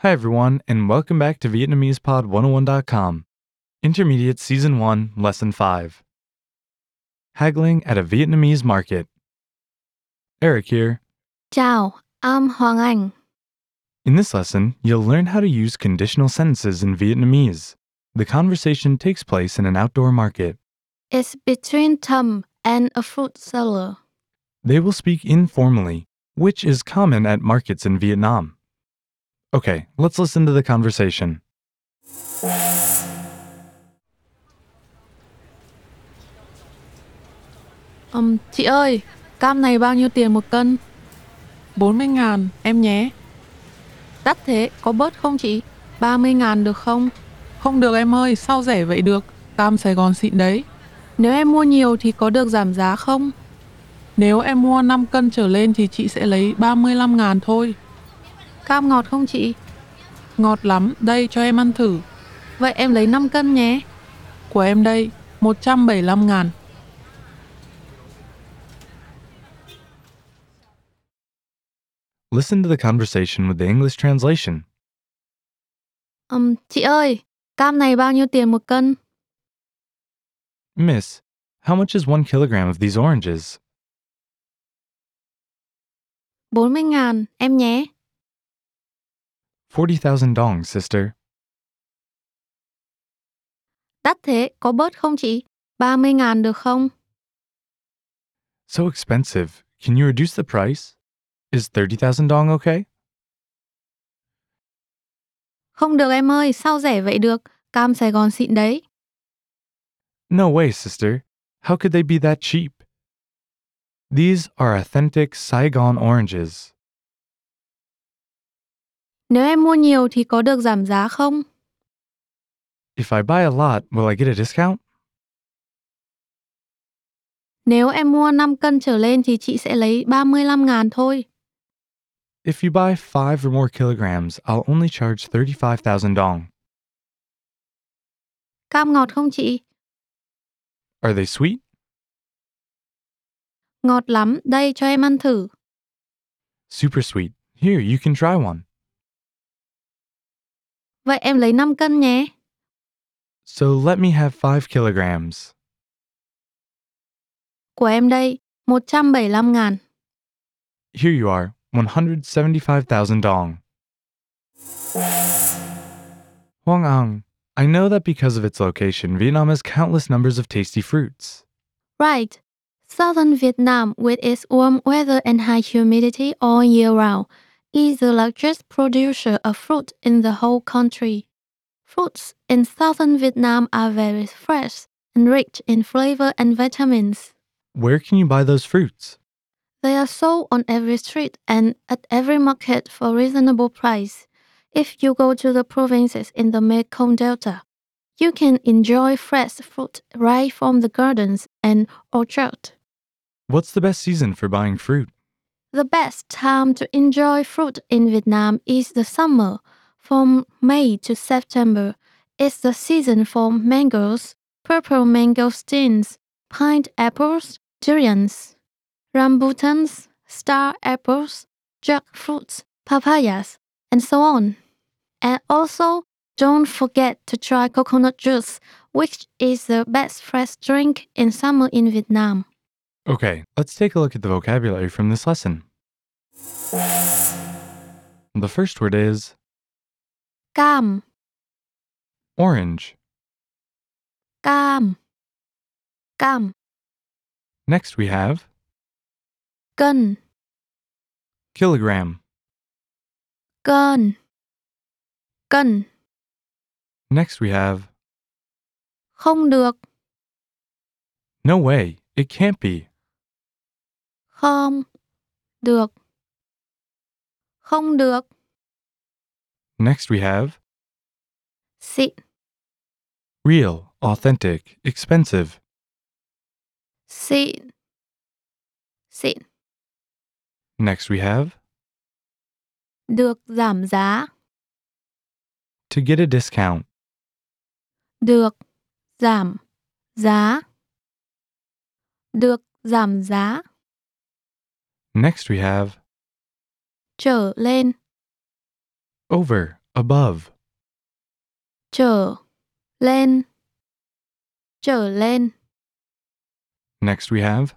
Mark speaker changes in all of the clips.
Speaker 1: Hi, everyone, and welcome back to VietnamesePod101.com, Intermediate Season 1, Lesson 5 Haggling at a Vietnamese Market. Eric here.
Speaker 2: Chào, I'm Hoàng Anh.
Speaker 1: In this lesson, you'll learn how to use conditional sentences in Vietnamese. The conversation takes place in an outdoor market.
Speaker 2: It's between Tom and a fruit seller.
Speaker 1: They will speak informally, which is common at markets in Vietnam. Okay, let's listen to the conversation.
Speaker 3: Ừm, chị ơi, cam này bao nhiêu tiền một cân? 40 ngàn, em nhé. Đắt thế, có bớt không chị? 30 ngàn được không? Không được em ơi, sao rẻ vậy được? Cam Sài Gòn xịn đấy. Nếu em mua nhiều thì có được giảm giá không? Nếu em mua 5 cân trở lên thì chị sẽ lấy 35 ngàn thôi. Cam ngọt không chị? Ngọt lắm, đây cho em ăn thử. Vậy em lấy 5 cân nhé. Của em đây, 175 ngàn.
Speaker 1: Listen to the conversation with the English translation.
Speaker 2: Ừm, chị ơi, cam này bao nhiêu tiền một cân?
Speaker 1: Miss, how much is one kilogram of these oranges?
Speaker 2: 40 ngàn, em nhé.
Speaker 1: 40,000 dong, sister.
Speaker 2: Đắt thế, có bớt không chị? 30 ngàn được không?
Speaker 1: So expensive. Can you reduce the price? Is 30,000 dong okay?
Speaker 2: Không được em ơi, sao rẻ vậy được? Cam Sài Gòn xịn đấy.
Speaker 1: No way, sister. How could they be that cheap? These are authentic Saigon oranges.
Speaker 2: Nếu em mua nhiều thì có được giảm giá không?
Speaker 1: If I buy a lot, will I get a discount?
Speaker 2: Nếu em mua 5 cân trở lên thì chị sẽ lấy 35 ngàn thôi.
Speaker 1: If you buy 5 or more kilograms, I'll only charge 35,000 dong.
Speaker 2: Cam ngọt không chị?
Speaker 1: Are they sweet?
Speaker 2: Ngọt lắm, đây cho em ăn thử.
Speaker 1: Super sweet. Here, you can try one.
Speaker 2: Vậy em lấy 5 cân nhé.
Speaker 1: So let me have 5 kilograms.
Speaker 2: Của em đây, 175 ngàn.
Speaker 1: Here you are, 175,000 dong. Huang Ang, I know that because of its location, Vietnam has countless numbers of tasty fruits.
Speaker 2: Right. Southern Vietnam, with its warm weather and high humidity all year round, is the largest producer of fruit in the whole country. Fruits in southern Vietnam are very fresh and rich in flavor and vitamins.
Speaker 1: Where can you buy those fruits?
Speaker 2: They are sold on every street and at every market for reasonable price. If you go to the provinces in the Mekong Delta, you can enjoy fresh fruit right from the gardens and orchard.
Speaker 1: What's the best season for buying fruit?
Speaker 2: The best time to enjoy fruit in Vietnam is the summer. From May to September is the season for mangoes, purple mangosteens, pineapples, durians, rambutans, star apples, jackfruits, papayas, and so on. And also, don't forget to try coconut juice, which is the best fresh drink in summer in Vietnam.
Speaker 1: Okay, let's take a look at the vocabulary from this lesson. The first word is
Speaker 2: Cam,
Speaker 1: orange.
Speaker 2: cam, cam,
Speaker 1: Next we have
Speaker 2: cân,
Speaker 1: kilogram.
Speaker 2: cân, cân,
Speaker 1: Next we have
Speaker 2: không được,
Speaker 1: no way, it can't be.
Speaker 2: không, được, không được,
Speaker 1: Next we have
Speaker 2: xịn,
Speaker 1: real, authentic, expensive.
Speaker 2: xịn, xịn,
Speaker 1: Next we have
Speaker 2: được giảm giá,
Speaker 1: to get a discount.
Speaker 2: được, giảm, giá. Được giảm giá,
Speaker 1: Next we have
Speaker 2: trở lên,
Speaker 1: over, above.
Speaker 2: trở lên. Trở lên,
Speaker 1: Next we have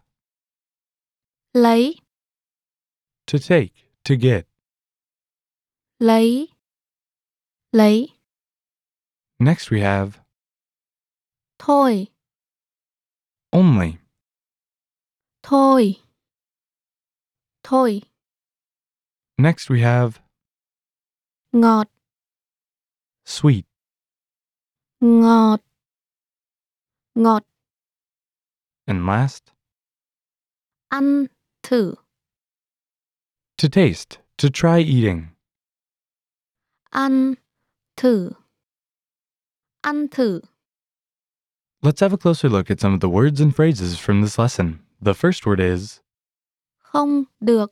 Speaker 2: lấy,
Speaker 1: to take, to get.
Speaker 2: lấy. Lấy,
Speaker 1: Next we have
Speaker 2: thôi,
Speaker 1: only.
Speaker 2: thôi. Thôi,
Speaker 1: Next we have
Speaker 2: ngọt,
Speaker 1: sweet.
Speaker 2: ngọt. Ngọt,
Speaker 1: And last,
Speaker 2: ăn, thử,
Speaker 1: to taste, to try eating.
Speaker 2: ăn, thử. Ăn thử.
Speaker 1: Let's have a closer look at some of the words and phrases from this lesson. The first word is,
Speaker 2: Không được.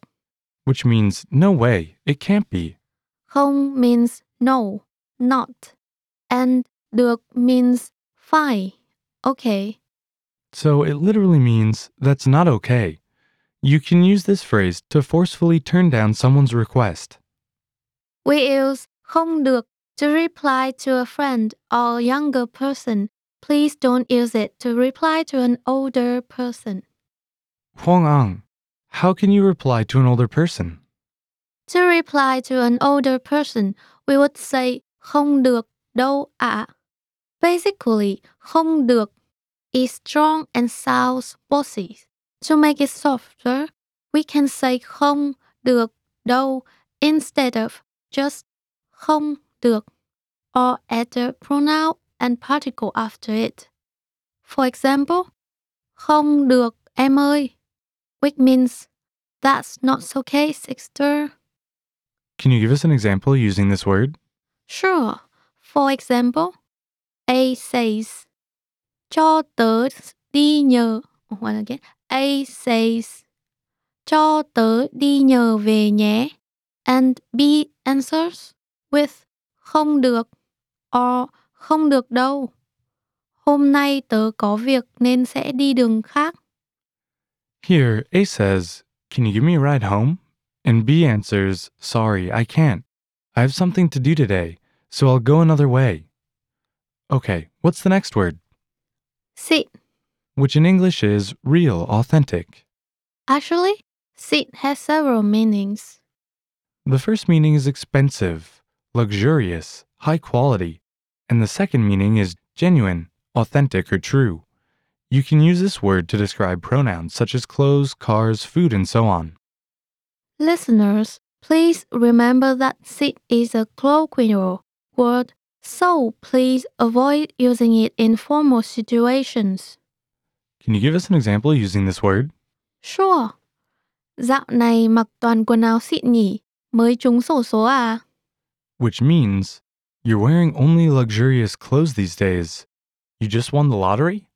Speaker 1: which means no way, it can't be.
Speaker 2: Không means no, not. And được means phải. Okay.
Speaker 1: So it literally means that's not okay. You can use this phrase to forcefully turn down someone's request.
Speaker 2: We use không được to reply to a friend or younger person. Please don't use it to reply to an older person.
Speaker 1: Huang Ang, how can you reply to an older person?
Speaker 2: To reply to an older person, we would say không được đâu ạ. Basically, không được is strong and sounds bossy. To make it softer, we can say không được đâu instead of just không được or add the pronoun and particle after it. For example, không được em ơi, which means that's not so okay, sister.
Speaker 1: Can you give us an example using this word?
Speaker 2: Sure. For example, A says, cho tớ đi nhờ. Oh, One again. A says, cho tớ đi nhờ về nhé. And B answers with không được or không được đâu. Hôm nay tớ có việc nên sẽ đi đường khác.
Speaker 1: Here, A says, Can you give me a ride home? And B answers, Sorry, I can't. I have something to do today, so I'll go another way. Okay, what's the next word?
Speaker 2: Xịn.
Speaker 1: Which in English is real, authentic.
Speaker 2: Actually, xịn has several meanings.
Speaker 1: The first meaning is expensive, luxurious, high quality, and the second meaning is genuine, authentic, or true. You can use this word to describe pronouns such as clothes, cars, food, and so on.
Speaker 2: Listeners, please remember that sit is a colloquial word, so please avoid using it in formal situations.
Speaker 1: Can you give us an example using this word?
Speaker 2: Sure. Dạo này mặc toàn quần áo xịn nhỉ, mới trúng sổ số à?
Speaker 1: Which means you're wearing only luxurious clothes these days. You just won the lottery?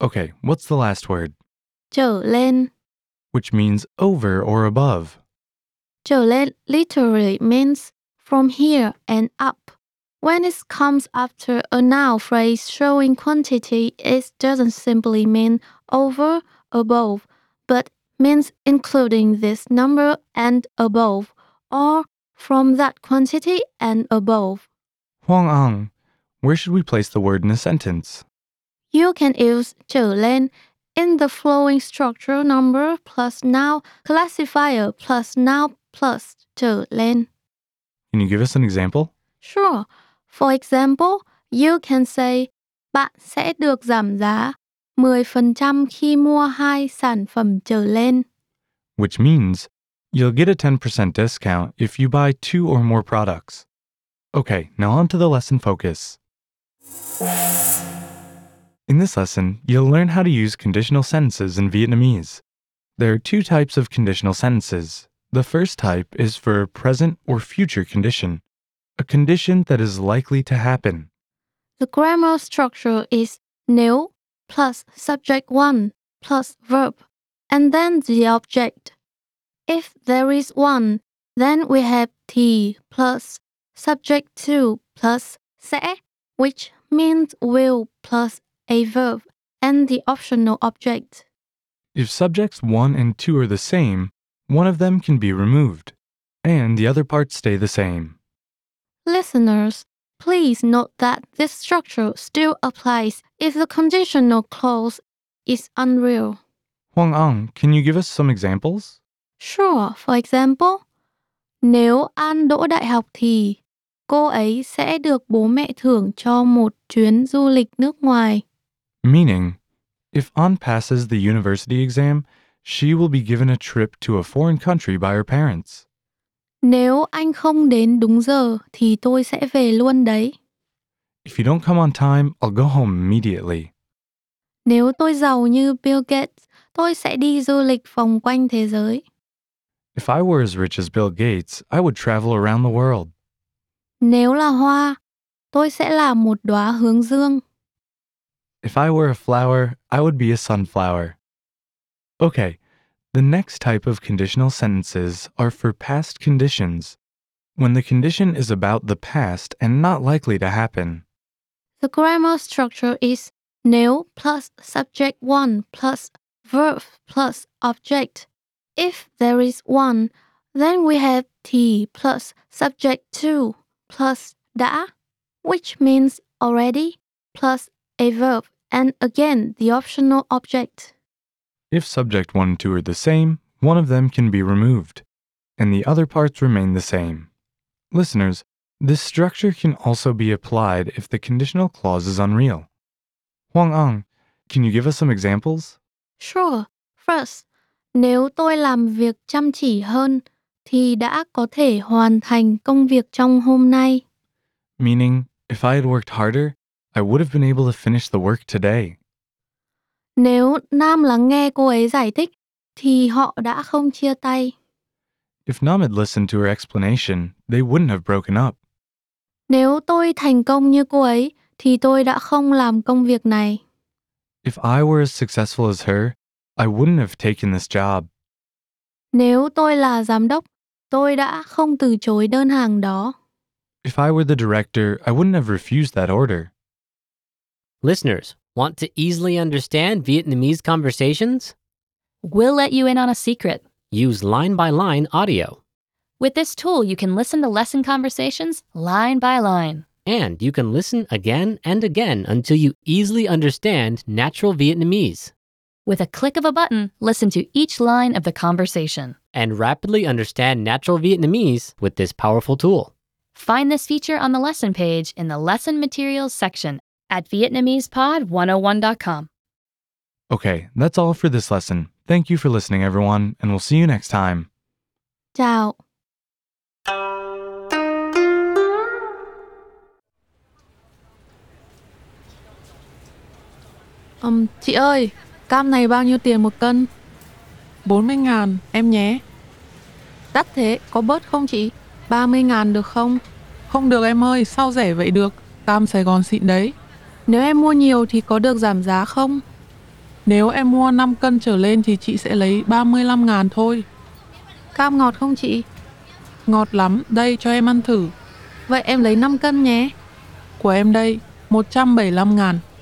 Speaker 1: Okay, what's the last word?
Speaker 2: Trở lên.
Speaker 1: Which means over or above.
Speaker 2: Trở lên literally means from here and up. When it comes after a noun phrase showing quantity, it doesn't simply mean over, above, but means including this number and above, or from that quantity and above.
Speaker 1: Huang Ang, where should we place the word in a sentence?
Speaker 2: You can use trở lên in the flowing structure number plus noun classifier plus noun plus trở lên.
Speaker 1: Can you give us an example?
Speaker 2: Sure. For example, you can say bạn sẽ được giảm giá 10% khi mua hai sản phẩm trở lên.
Speaker 1: Which means you'll get a 10% discount if you buy two or more products. Okay, now on to the lesson focus. In this lesson, you'll learn how to use conditional sentences in Vietnamese. There are two types of conditional sentences. The first type is for a present or future condition, a condition that is likely to happen.
Speaker 2: The grammar structure is nếu plus subject 1 plus verb and then the object. If there is one, then we have thì plus subject 2 plus sẽ which means will plus a verb and the optional object.
Speaker 1: If subjects 1 and 2 are the same, one of them can be removed, and the other parts stay the same.
Speaker 2: Listeners, please note that this structure still applies if the conditional clause is unreal.
Speaker 1: Huang Ang, can you give us some examples?
Speaker 2: Sure, for example, nếu An đỗ đại học thì cô ấy sẽ được bố mẹ thưởng cho một chuyến du lịch nước ngoài.
Speaker 1: Meaning, if An passes the university exam, she will be given a trip to a foreign country by her parents.
Speaker 2: Nếu anh không đến đúng giờ thì tôi sẽ về luôn đấy.
Speaker 1: If you don't come on time, I'll go home immediately.
Speaker 2: Nếu tôi giàu như Bill Gates, tôi sẽ đi du lịch vòng quanh thế giới.
Speaker 1: If I were as rich as Bill Gates, I would travel around the world.
Speaker 2: Nếu là hoa, tôi sẽ là một đóa hướng dương.
Speaker 1: If I were a flower, I would be a sunflower. Okay, the next type of conditional sentences are for past conditions, when the condition is about the past and not likely to happen.
Speaker 2: The grammar structure is nếu plus subject 1 plus verb plus object. If there is one, then we have thì plus subject 2 plus đã, which means already, plus a verb and again the optional object.
Speaker 1: If subject 1 and 2 are the same, one of them can be removed, and the other parts remain the same. Listeners, this structure can also be applied if the conditional clause is unreal. Huang Ang, can you give us some examples?
Speaker 2: Sure. First, nếu tôi làm việc chăm chỉ hơn thì đã có thể hoàn thành công việc trong hôm nay.
Speaker 1: Meaning, if I had worked harder, I would have been able to finish the work today.
Speaker 2: Nếu Nam lắng nghe cô ấy giải thích thì họ đã không chia tay.
Speaker 1: If Nam had listened to her explanation, they wouldn't have broken up.
Speaker 2: Nếu tôi thành công như cô ấy thì tôi đã không làm công việc này.
Speaker 1: If I were as successful as her, I wouldn't have taken this job.
Speaker 2: Nếu tôi là giám đốc, tôi đã không từ chối đơn hàng đó.
Speaker 1: If I were the director, I wouldn't have refused that order.
Speaker 4: Listeners, want to easily understand Vietnamese conversations?
Speaker 5: We'll let you in on a secret.
Speaker 4: Use line by line audio.
Speaker 5: With this tool, you can listen to lesson conversations line by line.
Speaker 4: And you can listen again and again until you easily understand natural Vietnamese
Speaker 5: With a click of a button, listen to each line of the conversation.
Speaker 4: and rapidly understand natural Vietnamese with this powerful tool.
Speaker 5: Find this feature on the lesson page in the lesson materials section at VietnamesePod101.com.
Speaker 1: Okay, that's all for this lesson. Thank you for listening, everyone, and we'll see you next time.
Speaker 2: Chào.
Speaker 3: Ừm, chị ơi, cam này bao nhiêu tiền một cân? 40 ngàn, em nhé. Đắt thế, có bớt không chị? 30 ngàn được không? Không được em ơi, sao rẻ vậy được? Cam Sài Gòn xịn đấy. Nếu em mua nhiều thì có được giảm giá không? Nếu em mua 5 cân trở lên thì chị sẽ lấy 35 ngàn thôi. Cam ngọt không chị? Ngọt lắm, đây cho em ăn thử. Vậy em lấy 5 cân nhé. Của em đây, 175 ngàn.